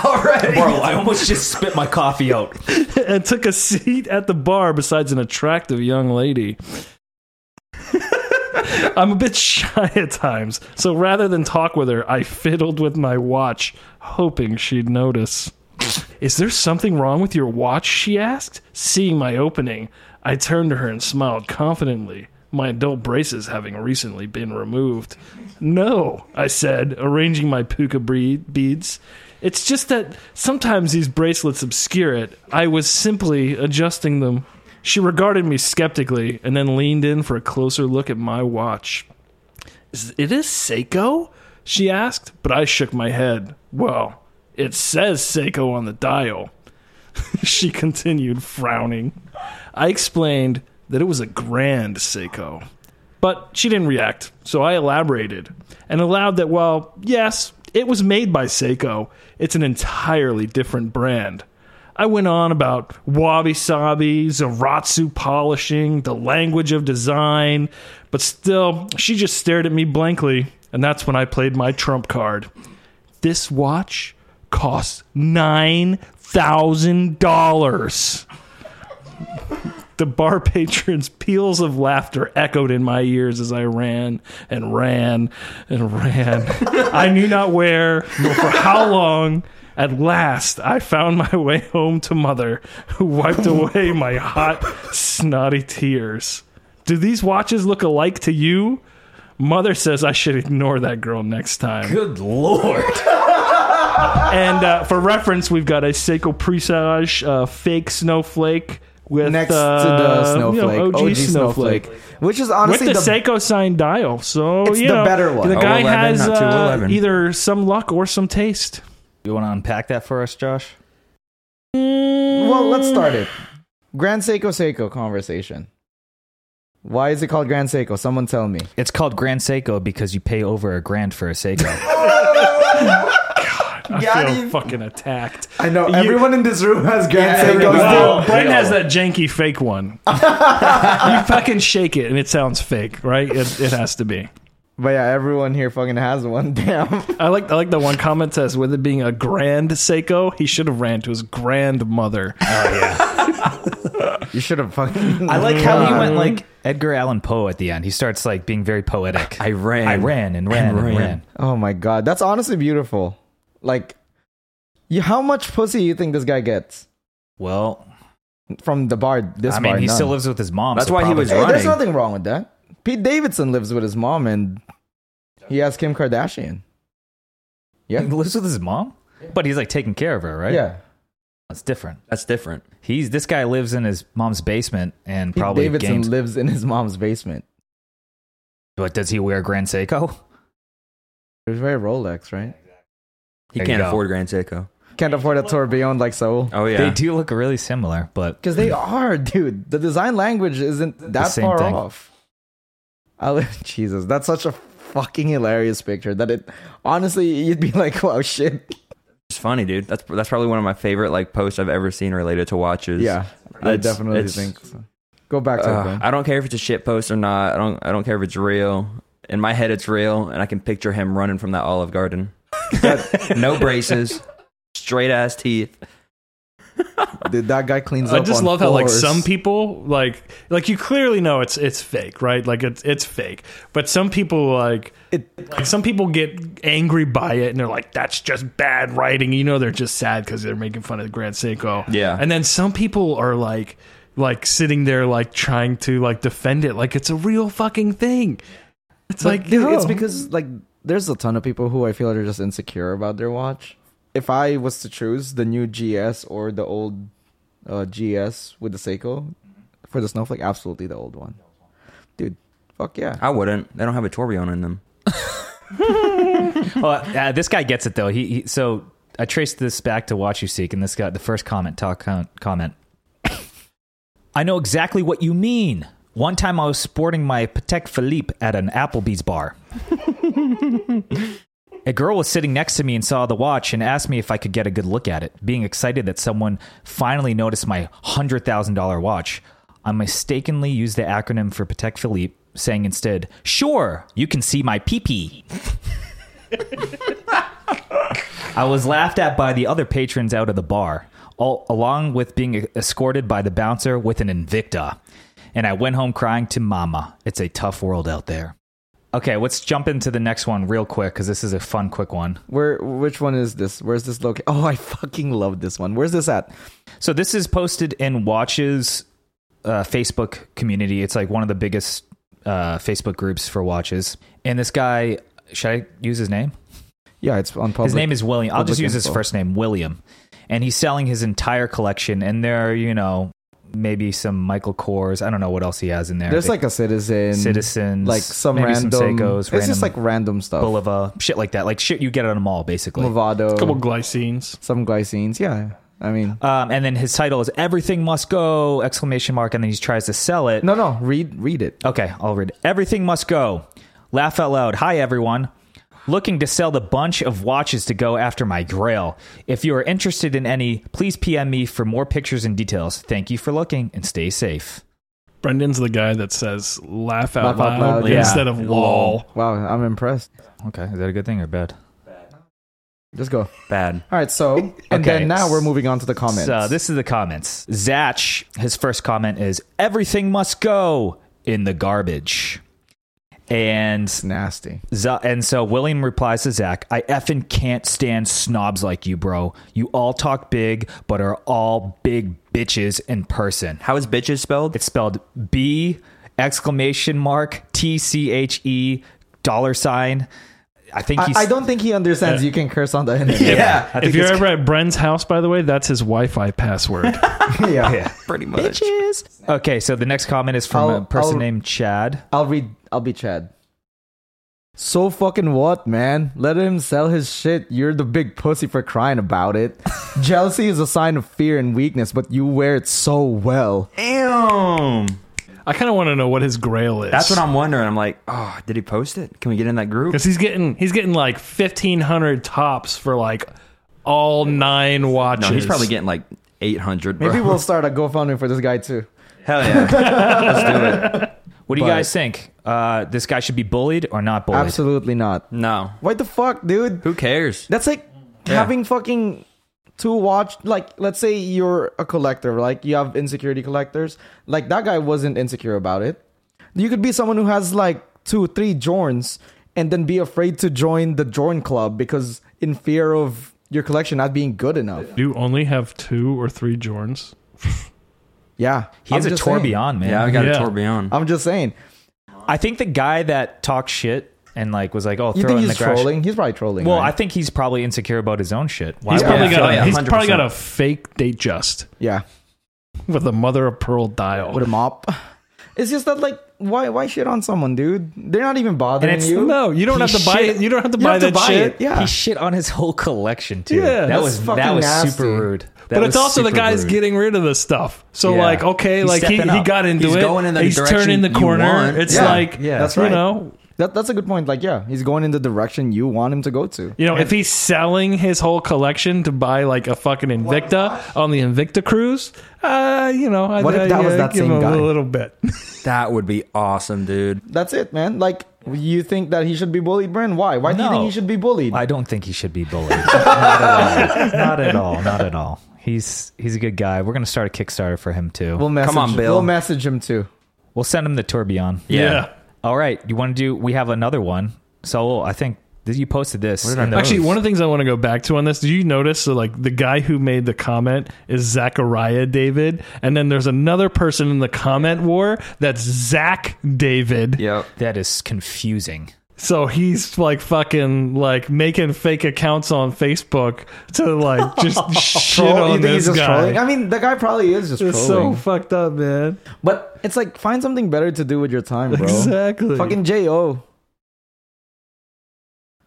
Speaker 1: I almost just spit my coffee out.
Speaker 3: and took a seat at the bar besides an attractive young lady. I'm a bit shy at times, so rather than talk with her, I fiddled with my watch, hoping she'd notice. Is there something wrong with your watch? she asked. Seeing my opening, I turned to her and smiled confidently, my adult braces having recently been removed. No, I said, arranging my puka bre- beads. It's just that sometimes these bracelets obscure it. I was simply adjusting them. She regarded me skeptically and then leaned in for a closer look at my watch. Is it a Seiko? She asked, but I shook my head. Well, it says Seiko on the dial. she continued, frowning. I explained that it was a grand Seiko. But she didn't react, so I elaborated and allowed that while, yes, it was made by Seiko, it's an entirely different brand. I went on about wabi sabi, Zeratsu polishing, the language of design, but still, she just stared at me blankly, and that's when I played my trump card. This watch costs $9,000. The bar patrons' peals of laughter echoed in my ears as I ran and ran and ran. I knew not where nor for how long. At last, I found my way home to mother, who wiped away my hot, snotty tears. Do these watches look alike to you? Mother says I should ignore that girl next time.
Speaker 1: Good lord.
Speaker 3: And uh, for reference, we've got a Seiko Presage uh, fake snowflake with
Speaker 2: Next
Speaker 3: uh,
Speaker 2: to the
Speaker 3: you
Speaker 2: snowflake,
Speaker 3: know, OG,
Speaker 2: OG
Speaker 3: snowflake.
Speaker 2: snowflake, which is
Speaker 3: With
Speaker 2: honestly
Speaker 3: the,
Speaker 2: the,
Speaker 3: Seiko sign dial, so
Speaker 2: It's
Speaker 3: you
Speaker 2: the
Speaker 3: know,
Speaker 2: better one.
Speaker 3: The
Speaker 2: Oh,
Speaker 3: guy
Speaker 4: 11,
Speaker 3: has
Speaker 4: not 211.
Speaker 3: uh, either some luck or some taste.
Speaker 1: You want to unpack that for us, Josh?
Speaker 2: Well, let's start it. Grand Seiko Seiko conversation. Why is it called Grand Seiko? Someone tell me.
Speaker 1: It's called Grand Seiko because you pay over a grand for a Seiko.
Speaker 3: I
Speaker 2: Got
Speaker 3: feel
Speaker 2: him.
Speaker 3: fucking attacked.
Speaker 2: I know
Speaker 3: everyone
Speaker 2: in this room has Grand
Speaker 3: Well, Brent has that janky fake one. you fucking shake it and it sounds fake, right? It, it has to be.
Speaker 2: But yeah, everyone here fucking has one. Damn.
Speaker 3: I like I like the one comment says with it being a grand Seiko, he should have ran to his grandmother.
Speaker 2: You should have fucking.
Speaker 1: I like how he went like Edgar Allan Poe at the end. He starts like being very poetic.
Speaker 4: I ran.
Speaker 1: I ran and ran and
Speaker 4: ran.
Speaker 1: ran.
Speaker 2: Oh my god, that's honestly beautiful. Like, you, how much pussy you think this guy gets
Speaker 1: Well,
Speaker 2: from the bar? This
Speaker 1: I mean,
Speaker 2: bar,
Speaker 1: he
Speaker 2: none.
Speaker 1: still lives with his mom.
Speaker 4: That's
Speaker 1: so
Speaker 4: why he
Speaker 1: probably-
Speaker 4: was
Speaker 2: Hey, there's
Speaker 4: running.
Speaker 2: nothing wrong with that. Pete Davidson lives with his mom, and he has Kim Kardashian.
Speaker 1: He lives with his mom, but he's like taking care of her, right?
Speaker 2: Yeah,
Speaker 1: that's different.
Speaker 4: That's different.
Speaker 1: He's this guy lives in his mom's basement and
Speaker 2: Pete
Speaker 1: probably
Speaker 2: Davidson
Speaker 1: games.
Speaker 2: lives in his mom's basement.
Speaker 1: but does he wear Grand Seiko?
Speaker 2: There's very Rolex, right?
Speaker 4: He
Speaker 1: There you
Speaker 4: can't
Speaker 1: go.
Speaker 4: afford Grand Seiko.
Speaker 2: Can't afford a tourbillon like Seoul.
Speaker 4: Oh yeah.
Speaker 1: They do look really similar, but
Speaker 2: Because they are, dude. The design language isn't that
Speaker 1: same
Speaker 2: far
Speaker 1: thing.
Speaker 2: off. I, li- Jesus, that's such a fucking hilarious picture that it honestly you'd be like, wow, shit.
Speaker 4: It's funny, dude. That's that's probably one of my favorite like posts I've ever seen related to watches.
Speaker 2: Yeah, I
Speaker 4: It's-
Speaker 2: definitely
Speaker 4: it's-
Speaker 2: think so. Go back to it,
Speaker 4: Uh,
Speaker 2: man.
Speaker 4: I don't care if it's a shit post or not. I don't. I don't care if it's real. In my head, it's real, and I can picture him running from that Olive Garden. no braces, straight ass teeth.
Speaker 2: Dude, that guy cleans
Speaker 3: I
Speaker 2: up.
Speaker 3: just
Speaker 2: on
Speaker 3: love how like
Speaker 2: floors.
Speaker 3: some people like like you clearly know it's it's fake, right? Like it's it's fake. But some people like
Speaker 2: It-
Speaker 3: like some people get angry by it and they're like that's just bad writing. You know they're just sad cuz they're making fun of the Grand Seiko.
Speaker 4: Yeah.
Speaker 3: And then some people are like like sitting there like trying to like defend it like it's a real fucking thing. It's
Speaker 2: But,
Speaker 3: like
Speaker 2: dude,
Speaker 3: no.
Speaker 2: it's because like there's a ton of people who I feel are just insecure about their watch. If I was to choose the new GS or the old uh, GS with the Seiko for the snowflake, absolutely the old one, dude. Fuck yeah.
Speaker 4: I wouldn't. They don't have a tourbillon in them.
Speaker 1: Well, uh, this guy gets it though. He, he so I traced this back to Watch You Seek, and this guy the first comment talk com- comment. I know exactly what you mean. One time I was sporting my Patek Philippe at an Applebee's bar. a girl was sitting next to me and saw the watch and asked me if I could get a good look at it, being excited that someone finally noticed my $100,000 watch. I mistakenly used the acronym for Patek Philippe, saying instead, Sure, you can see my pee pee. I was laughed at by the other patrons out of the bar, all, along with being e-, escorted by the bouncer with an Invicta. And I went home crying to Mama. It's a tough world out there. Okay, let's jump into the next one real quick because this is a fun, quick one.
Speaker 2: Where? Which one is this? Where's this located? Oh, I fucking love this one. Where's this at?
Speaker 1: So this is posted in Watches uh, Facebook community. It's like one of the biggest uh, Facebook groups for watches. And this guy, should I use his name?
Speaker 2: Yeah, it's on public.
Speaker 1: His name is William. I'll just
Speaker 2: public
Speaker 1: use his
Speaker 2: info.
Speaker 1: first name, William. And he's selling his entire collection, and there are, you know, maybe some Michael Kors. I don't know what else he has in there.
Speaker 2: There's
Speaker 1: They-
Speaker 2: like a citizen,
Speaker 1: Citizens,
Speaker 2: like some
Speaker 1: maybe some
Speaker 2: random.
Speaker 1: Seikos,
Speaker 2: it's just
Speaker 1: random
Speaker 2: like random stuff.
Speaker 1: Bulova, shit like that, like shit you get at a mall, basically.
Speaker 2: Movado,
Speaker 3: couple glycines.
Speaker 2: some glycines. Yeah, I mean,
Speaker 1: Um, and then his title is "Everything Must Go!" exclamation mark, and then he tries to sell it.
Speaker 2: no, no, read read it.
Speaker 1: Okay, I'll read. it. Everything must go. Laugh out loud. Hi, everyone. Looking to sell the bunch of watches to go after my grail. If you are interested in any, please PM me for more pictures and details. Thank you for looking and stay safe.
Speaker 3: Brendan's the guy that says laugh out
Speaker 2: Laugh out
Speaker 3: loud,
Speaker 2: loud, yeah.
Speaker 3: instead of lol.
Speaker 2: Wow, I'm impressed.
Speaker 1: Okay, is that a good thing or bad?
Speaker 2: Just go.
Speaker 4: Bad.
Speaker 2: All right, so and
Speaker 1: Okay.
Speaker 2: then now we're moving on to the comments.
Speaker 1: So this is the comments. Zatch, his first comment is everything must go in the garbage. And
Speaker 2: is nasty.
Speaker 1: Z- and so William replies to Zach, I effing can't stand snobs like you, bro. You all talk big, but are all big bitches in person.
Speaker 4: How is bitches spelled?
Speaker 1: It's spelled B exclamation mark T C H E dollar sign. I think
Speaker 2: I,
Speaker 1: he's
Speaker 2: I don't think he understands. You can curse on the internet.
Speaker 1: Yeah. I think
Speaker 3: If you're
Speaker 1: it's-
Speaker 3: ever at Bren's house, by the way, that's his Wi-Fi password.
Speaker 2: yeah.
Speaker 4: pretty much.
Speaker 1: bitches. Okay, so the next comment is from
Speaker 2: I'll-
Speaker 1: a person
Speaker 2: I'll-
Speaker 1: named Chad.
Speaker 2: I'll read. I'll be Chad. So fucking what, man? Let him sell his shit. You're the big pussy for crying about it. Jealousy is a sign of fear and weakness, but you wear it so well.
Speaker 4: Damn.
Speaker 3: I kind of want to know what his grail is.
Speaker 4: That's what I'm wondering. I'm like, oh, did he post it? Can we get in that group?
Speaker 3: because he's getting he's getting like fifteen hundred tops for like all nine watches.
Speaker 4: No, he's probably getting like 800. Bro.
Speaker 2: Maybe we'll start a GoFundMe for this guy too.
Speaker 4: Hell yeah. Let's do it.
Speaker 1: What do you
Speaker 2: But-
Speaker 1: guys think? Uh, this guy should be bullied or not bullied?
Speaker 2: Absolutely not.
Speaker 4: No.
Speaker 2: Why the fuck, dude?
Speaker 4: Who cares?
Speaker 2: That's like having fucking two watch. Like, let's say you're a collector. Like, you have insecurity collectors. Like that guy wasn't insecure about it. You could be someone who has like two, three Jorns, and then be afraid to join the Jorn club because in fear of your collection not being good enough.
Speaker 3: You only have two or three Jorns.
Speaker 2: Yeah,
Speaker 1: He has
Speaker 2: I'm
Speaker 1: a
Speaker 2: just saying.
Speaker 1: tourbillon, man.
Speaker 4: Yeah, I got
Speaker 3: Yeah.
Speaker 4: a tourbillon.
Speaker 2: I'm just saying.
Speaker 1: I think the guy that talked shit and like was like, "Oh,
Speaker 2: You
Speaker 1: throw
Speaker 2: think
Speaker 1: it in the
Speaker 2: he's
Speaker 1: trash."
Speaker 2: trolling? He's probably trolling.
Speaker 1: Well, I
Speaker 2: right?
Speaker 1: think he's probably insecure about his own shit. Why
Speaker 3: He's
Speaker 1: would-
Speaker 3: probably
Speaker 4: yeah.
Speaker 3: got
Speaker 4: Oh,
Speaker 3: a,
Speaker 4: yeah,
Speaker 3: he's probably
Speaker 4: 100%.
Speaker 3: got a fake date just
Speaker 2: yeah.
Speaker 3: with a mother of pearl dial.
Speaker 2: With a mop. It's just that like why why shit on someone, dude? They're not even bothering
Speaker 1: it's-
Speaker 2: you.
Speaker 3: no, you don't
Speaker 1: He
Speaker 3: have to buy
Speaker 1: shit-
Speaker 3: it. You don't have to
Speaker 2: You
Speaker 3: buy
Speaker 2: have
Speaker 3: that
Speaker 2: to buy
Speaker 3: shit.
Speaker 2: it. Yeah.
Speaker 1: He shit on his whole collection too.
Speaker 3: Yeah,
Speaker 1: that
Speaker 3: that's
Speaker 1: was that
Speaker 2: fucking
Speaker 1: was
Speaker 2: nasty.
Speaker 1: super rude. That
Speaker 3: But
Speaker 1: was
Speaker 3: it's also the
Speaker 1: super
Speaker 3: guy's
Speaker 1: rude.
Speaker 3: getting rid of the stuff. So
Speaker 1: Yeah.
Speaker 3: like, okay,
Speaker 1: He's
Speaker 3: like he, he
Speaker 1: stepping up.
Speaker 3: got into
Speaker 4: He's
Speaker 3: it.
Speaker 4: going in the
Speaker 3: he's
Speaker 4: direction
Speaker 3: turning the
Speaker 4: you
Speaker 3: corner.
Speaker 4: want.
Speaker 3: It's
Speaker 4: Yeah.
Speaker 3: like
Speaker 2: Yeah. That's
Speaker 3: You
Speaker 2: right.
Speaker 3: know,
Speaker 2: That, that's a good point. Like, yeah, he's going in the direction you want him to go to.
Speaker 3: You know, if he's selling his whole collection to buy like a fucking Invicta on the Invicta cruise, uh, you know, I,
Speaker 2: What if
Speaker 3: I,
Speaker 2: that was
Speaker 3: uh,
Speaker 2: that
Speaker 3: give
Speaker 2: same
Speaker 3: him
Speaker 2: guy?
Speaker 3: a little bit.
Speaker 4: That would be awesome, dude.
Speaker 2: That's it, man. Like, you think that he should be bullied, Brent? Why? Why do you
Speaker 1: No.
Speaker 2: think he should be bullied?
Speaker 1: I don't think he should be bullied. not, at all. not at all. Not at all. He's he's a good guy. We're gonna start a Kickstarter for him too.
Speaker 2: we'll
Speaker 1: We'll,
Speaker 2: message.
Speaker 4: Come on, Bill.
Speaker 2: We'll message him too.
Speaker 1: send him the tourbillon.
Speaker 4: Yeah.
Speaker 1: All right, you want to do? We have another one. So I think that you posted this.
Speaker 4: did I
Speaker 1: in the-
Speaker 3: Actually, one of the things I want to go back to on this, do you notice that like the guy who made the comment is Zachariah David, and then there's another person in the comment war that's Zach David.
Speaker 4: Yep.
Speaker 1: that is confusing.
Speaker 3: So he's like fucking like making fake accounts on Facebook to like just shit
Speaker 2: Troll-
Speaker 3: on this
Speaker 2: just
Speaker 3: guy.
Speaker 2: trolling? I mean, the guy probably is just
Speaker 3: it's so
Speaker 2: trolling.
Speaker 3: fucked up, man.
Speaker 2: but it's like find something better to do with your time, bro.
Speaker 3: Exactly.
Speaker 2: Fucking Jo.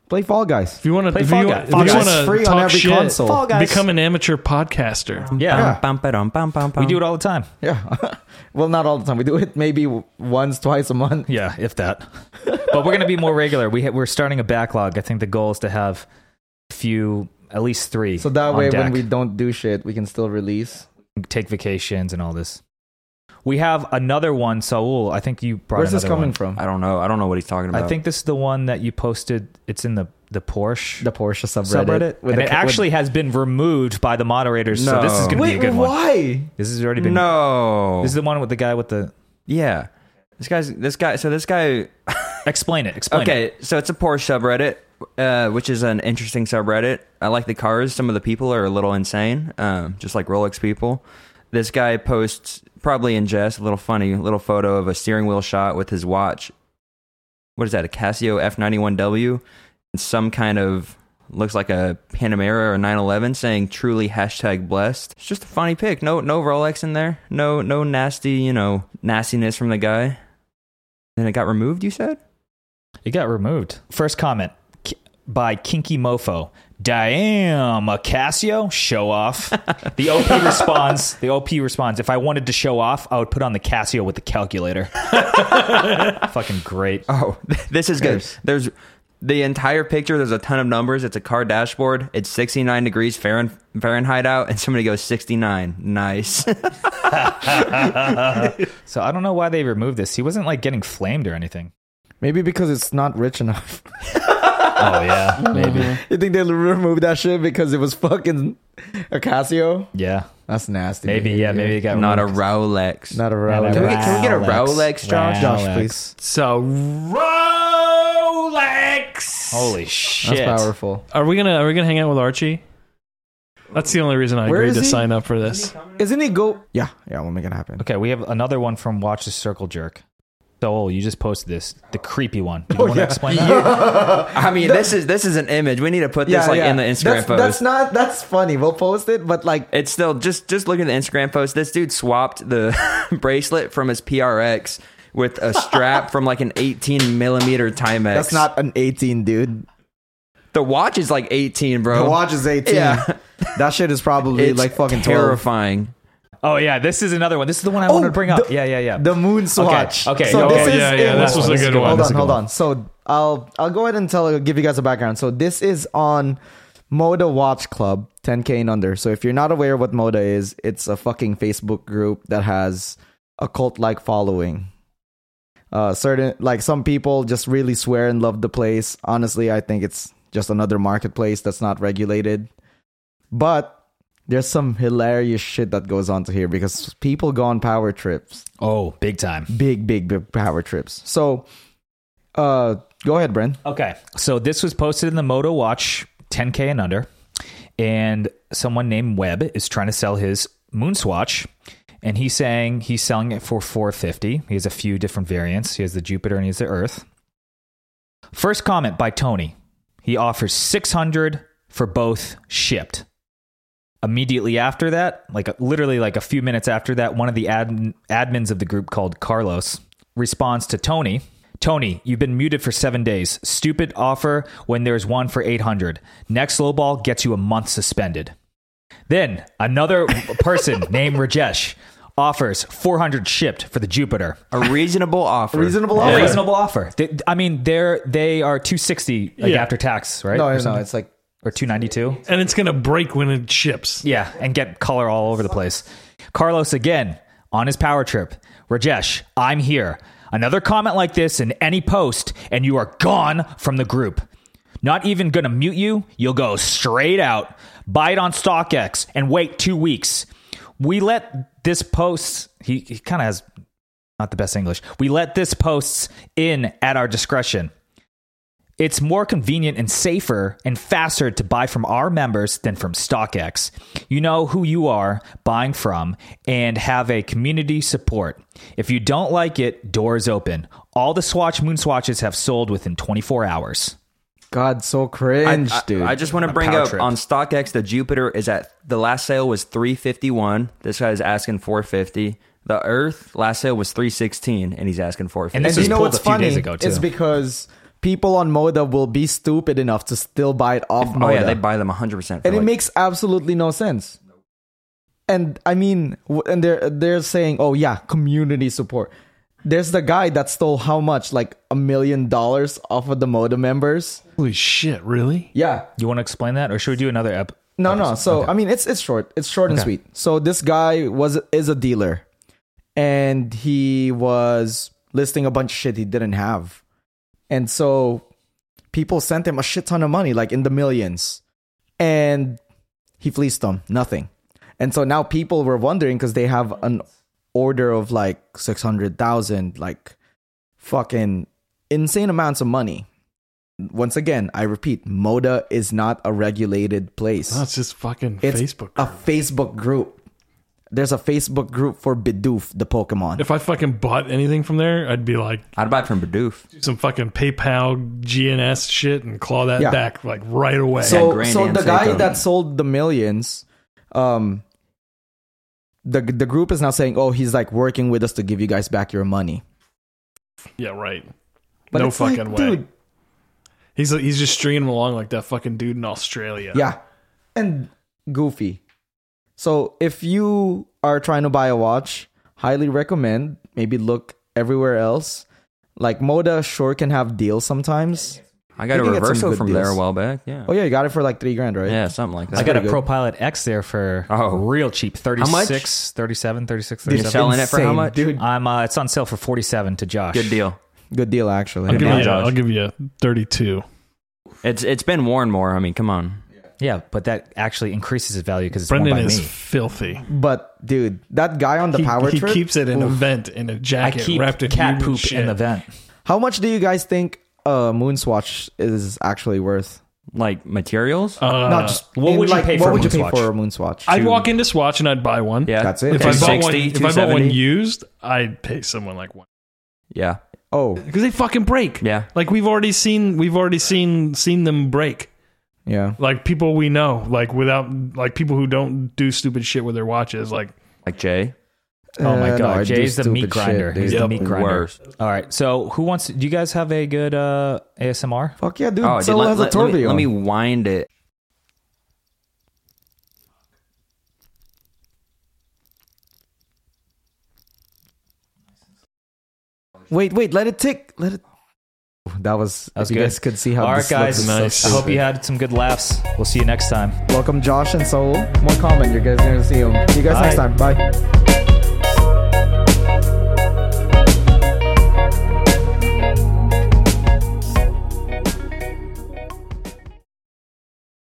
Speaker 2: Play Fall Guys.
Speaker 3: If you want to,
Speaker 1: Play
Speaker 3: if
Speaker 1: Fall
Speaker 3: you,
Speaker 1: Guys.
Speaker 3: if you
Speaker 1: Fall
Speaker 3: want
Speaker 1: Guys
Speaker 2: is
Speaker 3: to
Speaker 2: free
Speaker 3: talk
Speaker 2: on every
Speaker 3: shit,
Speaker 2: console. Fall
Speaker 1: Guys.
Speaker 3: become an amateur podcaster.
Speaker 1: Yeah,
Speaker 4: Bum, bum, bum, bum, bum.
Speaker 1: we do it all the time.
Speaker 2: Yeah. well, not all the time. We do it maybe w- once, twice a month.
Speaker 1: Yeah, if that. but we're gonna be more regular. We ha- we're starting a backlog. I think the goal is to have a few, at least three.
Speaker 2: So that
Speaker 1: on
Speaker 2: way, when
Speaker 1: deck.
Speaker 2: we don't do shit, we can still release.
Speaker 1: take vacations and all this, we have another one. Saul, I think you brought.
Speaker 2: Where's this
Speaker 1: another
Speaker 2: coming
Speaker 1: one.
Speaker 2: from?
Speaker 4: I don't know. I don't know what he's talking about.
Speaker 1: I think this is the one that you posted. It's in the the Porsche
Speaker 2: The Porsche subreddit.
Speaker 1: subreddit,
Speaker 2: with
Speaker 1: and
Speaker 2: the
Speaker 1: it
Speaker 2: ca- with-
Speaker 1: actually has been removed by the moderators. So this is
Speaker 4: No.
Speaker 1: gonna be a
Speaker 2: Wait,
Speaker 1: good one.
Speaker 2: why?
Speaker 1: This has already been.
Speaker 4: no.
Speaker 1: This is the one with the guy with the.
Speaker 4: yeah. This guy's this guy. So this guy.
Speaker 1: Explain it. Explain. It.
Speaker 4: Okay, so it's a Porsche subreddit, uh, which is an interesting subreddit. I like the cars. Some of the people are a little insane, um, just like Rolex people. This guy posts probably in jest a little funny little photo of a steering wheel shot with his watch. What is that? A Casio F91W and some kind of looks like a Panamera or 911 saying truly hashtag blessed. It's just a funny pic. No no Rolex in there. No no nasty, you know, nastiness from the guy. Then it got removed, you said?
Speaker 1: It got removed. First comment ki- by Kinky Mofo. Damn, a Casio? Show off. The OP responds, the OP responds, if I wanted to show off, I would put on the Casio with the calculator. Fucking great.
Speaker 4: Oh, this is good. There's the entire picture. There's a ton of numbers. It's a car dashboard. It's 69 degrees Fahren- Fahrenheit out, and somebody goes 69. Nice.
Speaker 1: So I don't know why they removed this. He wasn't like getting flamed or anything.
Speaker 2: Maybe because it's not rich enough.
Speaker 1: Oh yeah, maybe.
Speaker 2: you think they removed that shit because it was fucking a Casio?
Speaker 1: Yeah.
Speaker 2: That's nasty.
Speaker 1: Maybe yeah, maybe it got
Speaker 4: Not a
Speaker 1: removed.
Speaker 4: Rolex.
Speaker 2: Not a
Speaker 1: Rolex.
Speaker 2: Rolex.
Speaker 4: Can we get- can we get a Rolex, Josh?
Speaker 2: Josh,
Speaker 1: Rolex.
Speaker 2: please.
Speaker 3: So Rolex.
Speaker 1: Holy
Speaker 2: That's
Speaker 1: shit.
Speaker 2: powerful.
Speaker 3: Are we gonna Are we gonna hang out with Archie? That's the only reason I
Speaker 2: Where
Speaker 3: agreed
Speaker 2: is
Speaker 3: to
Speaker 2: he?
Speaker 3: sign up for this.
Speaker 2: Isn't he go? Yeah, yeah. We'll make it happen.
Speaker 1: Okay, we have another one from Watch the Circle Jerk. So you just posted this, the creepy one.
Speaker 4: Oh,
Speaker 1: Do you want to explain that?
Speaker 4: I mean, this is this is an image. We need to put this like in the Instagram
Speaker 2: that's,
Speaker 4: post.
Speaker 2: That's not. That's funny. We'll post it, but like,
Speaker 4: it's still just just look at the Instagram post. This dude swapped the bracelet from his PRX with a strap from like an 18 millimeter Timex.
Speaker 2: that's not an 18, dude.
Speaker 4: the watch is like 18, bro.
Speaker 2: The watch is 18.
Speaker 4: Oh. Yeah.
Speaker 2: that shit is probably
Speaker 4: It's
Speaker 2: like fucking 12.
Speaker 4: terrifying.
Speaker 1: Oh yeah, this is another one. This is the one I
Speaker 2: Oh,
Speaker 1: wanted to bring up.
Speaker 2: the-
Speaker 1: yeah, yeah, yeah.
Speaker 2: The moon swatch.
Speaker 1: okay,
Speaker 2: So
Speaker 1: okay.
Speaker 2: this is
Speaker 3: Yeah, yeah,
Speaker 2: it
Speaker 3: this was a good one.
Speaker 2: Hold
Speaker 3: This
Speaker 2: on,
Speaker 3: is a good
Speaker 2: hold
Speaker 3: one.
Speaker 2: on. So I'll I'll go ahead and tell give you guys a background. So this is on Moda Watch Club 10k and under. So if you're not aware what Moda is, it's a fucking Facebook group that has a cult like following. Uh, certain like some people just really swear and love the place. Honestly, I think it's just another marketplace that's not regulated. But there's some hilarious shit that goes on to here because people go on power trips
Speaker 1: oh, big time.
Speaker 2: big, big, big power trips. So, uh, go ahead, Bren.
Speaker 1: Okay, so this was posted in the Moto Watch 10K and under, and someone named Webb is trying to sell his Moonswatch, and he's saying he's selling it for 450. He has a few different variants. He has the Jupiter and he has the Earth. First comment by Tony. He offers 600 for both shipped. Immediately after that, like literally like a few minutes after that, one of the admin, admins of the group called Carlos responds to Tony. Tony, you've been muted for seven days. Stupid offer when there's one for 800. Next lowball gets you a month suspended. Then another person named Rajesh offers 400 shipped for the Jupiter.
Speaker 4: A reasonable offer.
Speaker 2: Reasonable
Speaker 1: A
Speaker 2: offer.
Speaker 1: reasonable offer. They- I mean, they're they are two sixty like,
Speaker 3: Yeah.
Speaker 1: after tax, right?
Speaker 2: No,
Speaker 1: or
Speaker 2: no, no, it's like
Speaker 1: two ninety two.
Speaker 3: And it's gonna break when it ships.
Speaker 1: Yeah, and get color all over the place. Carlos again on his power trip. Rajesh, I'm here. Another comment like this in any post, and you are gone from the group. Not even gonna mute you. You'll go straight out. Buy it on StockX and wait two weeks. We let this post. He, he kind of has not the best English. We let this posts in at our discretion. It's more convenient and safer and faster to buy from our members than from StockX. You know who you are buying from and have a community support. If you don't like it, doors open. All the Swatch Moon Swatches have sold within 24 hours.
Speaker 2: God, so
Speaker 4: I,
Speaker 2: cringe,
Speaker 4: I-
Speaker 2: dude.
Speaker 4: I just want to bring
Speaker 1: power
Speaker 4: up
Speaker 1: trip.
Speaker 4: on StockX the Jupiter is at the last sale was 351. This guy is asking 450. The Earth last sale was 316 and he's asking 450.
Speaker 1: And
Speaker 2: and
Speaker 1: this
Speaker 2: you
Speaker 1: was
Speaker 2: know
Speaker 1: pulled
Speaker 2: what's
Speaker 1: a few
Speaker 2: funny?
Speaker 1: days ago too.
Speaker 2: It's because people on Moda will be stupid enough to still buy it off Moda,
Speaker 4: oh yeah, they buy them 100% for
Speaker 2: and it
Speaker 4: like-
Speaker 2: makes absolutely no sense. And I mean, w- and they're they're saying, oh yeah, community support. There's the guy that stole how much, like a million dollars off of the Moda members.
Speaker 3: Holy shit! Really?
Speaker 2: Yeah,
Speaker 1: you want to explain that, or should we do another ep?
Speaker 2: No, no. So I mean, it's it's short. It's short and sweet. So this guy was is a dealer, and he was listing a bunch of shit he didn't have, and so people sent him a shit ton of money, like in the millions, and he fleeced them, nothing, and so now people were wondering because they have an order of like six hundred thousand, like fucking insane amounts of money. Once again, I repeat, Moda is not a regulated place
Speaker 3: That's just fucking
Speaker 2: it's
Speaker 3: Facebook.
Speaker 2: a Facebook group. There's a Facebook group for Bidoof, the Pokemon.
Speaker 3: If I fucking bought anything from there, I'd be like
Speaker 4: I'd buy it from Bidoof.
Speaker 3: do some fucking PayPal GNS shit and claw that
Speaker 2: Yeah.
Speaker 3: back like right away.
Speaker 4: Yeah,
Speaker 2: so
Speaker 4: Grand
Speaker 2: so
Speaker 4: Am
Speaker 2: the guy
Speaker 4: Seiko.
Speaker 2: that sold the millions um the the group is now saying oh he's like working with us to give you guys back your money
Speaker 3: yeah, right.
Speaker 2: but
Speaker 3: no
Speaker 2: it's like,
Speaker 3: fucking way.
Speaker 2: dude,
Speaker 3: He's he's just stringing him along like that fucking dude in Australia.
Speaker 2: yeah and goofy so if you are trying to buy a watch highly recommend maybe look everywhere else like moda sure can have deals sometimes
Speaker 4: I got a
Speaker 2: You can get some
Speaker 4: reversal
Speaker 2: good
Speaker 4: from there a
Speaker 2: deals.
Speaker 4: while back. Yeah.
Speaker 2: oh yeah you got it for like three grand right
Speaker 4: Yeah, something like that.
Speaker 1: I got a
Speaker 2: pretty
Speaker 1: Pro
Speaker 2: good.
Speaker 1: Pilot X there for
Speaker 4: Oh.
Speaker 1: real cheap.
Speaker 4: much?
Speaker 1: 36, 37, 36,
Speaker 4: You're
Speaker 1: 37.
Speaker 4: selling it for how
Speaker 2: Insane,
Speaker 4: much?
Speaker 2: dude
Speaker 1: I'm uh, it's on sale for 47 to Josh.
Speaker 4: Good deal.
Speaker 2: good deal actually
Speaker 3: I'll give,
Speaker 1: now,
Speaker 3: you,
Speaker 1: Josh.
Speaker 3: I'll give you 32.
Speaker 4: It's it's been worn more. I mean, come on.
Speaker 1: Yeah, but that actually increases its value because it's
Speaker 3: Brendan
Speaker 1: worn by
Speaker 3: is
Speaker 1: me.
Speaker 3: filthy.
Speaker 2: but dude that guy on the
Speaker 3: He,
Speaker 2: power
Speaker 3: he
Speaker 2: trip
Speaker 3: keeps it in a
Speaker 2: oof.
Speaker 3: vent in a
Speaker 1: I
Speaker 3: jacket
Speaker 1: keep
Speaker 3: wrapped in
Speaker 1: cat
Speaker 3: human
Speaker 1: poop
Speaker 3: shit.
Speaker 1: in the vent.
Speaker 2: How much do you guys think uh Moonswatch is actually worth?
Speaker 4: Like materials?
Speaker 3: Uh,
Speaker 2: Not just
Speaker 1: what
Speaker 2: in,
Speaker 1: would you
Speaker 2: like,
Speaker 1: pay
Speaker 2: what
Speaker 1: for a
Speaker 2: would you pay
Speaker 1: Moonswatch?
Speaker 2: for a Moonswatch?
Speaker 3: I'd walk into Swatch and I'd buy one.
Speaker 4: yeah.
Speaker 2: That's it.
Speaker 3: If I, bought one,
Speaker 4: 260,
Speaker 3: if I bought one
Speaker 4: 270.
Speaker 3: used, I'd pay someone like one
Speaker 4: Yeah.
Speaker 2: oh,
Speaker 3: because they fucking break.
Speaker 4: Yeah.
Speaker 3: like we've already seen, we've already seen seen them break.
Speaker 2: yeah.
Speaker 3: Like people we know, like without like people who don't do stupid shit with their watches. Like
Speaker 4: Like Jay.
Speaker 1: Oh my
Speaker 2: Uh, no,
Speaker 1: god,
Speaker 2: I do
Speaker 1: Jay's the meat
Speaker 2: stupid shit,
Speaker 1: grinder.
Speaker 2: dude.
Speaker 1: He's the
Speaker 3: Yep.
Speaker 1: meat grinder.
Speaker 4: Worst.
Speaker 1: All right, so who wants? Do you guys have a good uh, ASMR?
Speaker 2: Fuck yeah, dude.
Speaker 4: Oh, dude,
Speaker 2: so
Speaker 4: let,
Speaker 2: has a
Speaker 4: let- let me,
Speaker 2: Torbjorn.
Speaker 4: let me wind it.
Speaker 2: wait, wait, let it tick. Let it That was,
Speaker 1: That was
Speaker 2: if you
Speaker 1: good.
Speaker 2: guys could see how
Speaker 1: All right,
Speaker 2: this looks
Speaker 1: guys.
Speaker 2: so
Speaker 3: nice.
Speaker 1: I hope
Speaker 2: stupid.
Speaker 1: you had some good laughs. We'll see you next time.
Speaker 2: Welcome Josh and Soul. More comment, you guys gonna see him. See you guys
Speaker 1: Bye.
Speaker 2: next time. Bye.